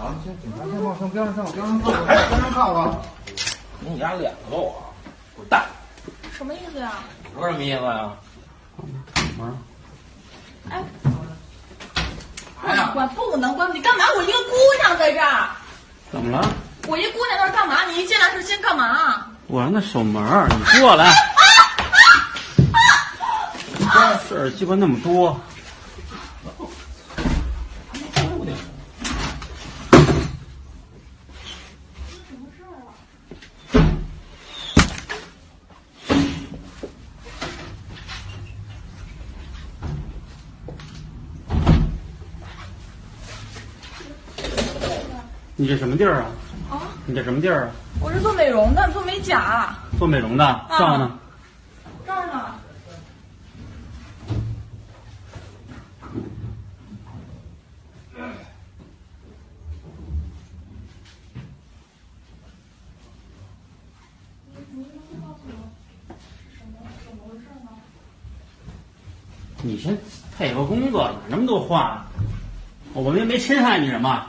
啊，先警察先帮我上边上上，我边上靠我，边上靠我。你家脸子我，滚蛋！什么意思呀？你说什么意思呀？哎，哎呀，管不能管你干嘛？我一个姑娘在这儿，怎么了？我一姑娘在这儿干嘛？你一进来是先干嘛？我让他守门儿，你过来。你家事儿鸡巴那么多，你这什么地儿啊？啊，你这什么地儿啊？我是做美容的，做美甲，做美容的，啊照呢？这儿呢。你先配合工作，哪那么多话？我们又没侵害你什么。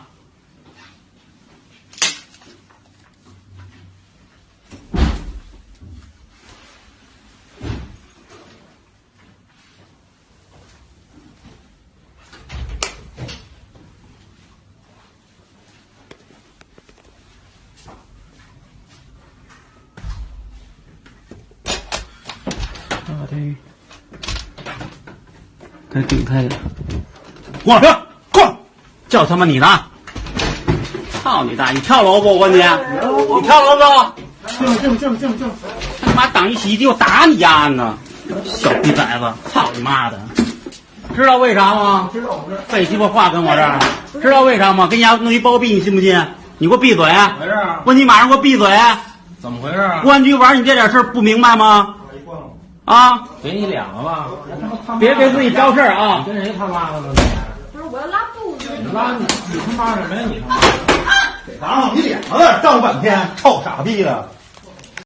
啊，对。该顶开了。往上过，叫他妈你的啊！操你大爷！你跳楼不？我问你，你跳楼不？进进进进进！他妈挡一洗衣机，我打你丫呢！小逼崽子，操你妈的！知道为啥吗？知道我这费鸡巴话跟我这儿，知道为啥吗？跟家弄一包庇，你信不信？你给我闭嘴！怎么回事啊？问你马上给我闭嘴！怎么回事啊公？安局玩你这点事儿不明白吗？我一关了，啊！给你脸了吧？我他妈他妈别给自己招事儿啊！跟谁他妈的呢？不是，我要拉肚子。你拉你你他妈什么呀？你他妈！给砸上你脸了，照顾半天，臭傻逼的！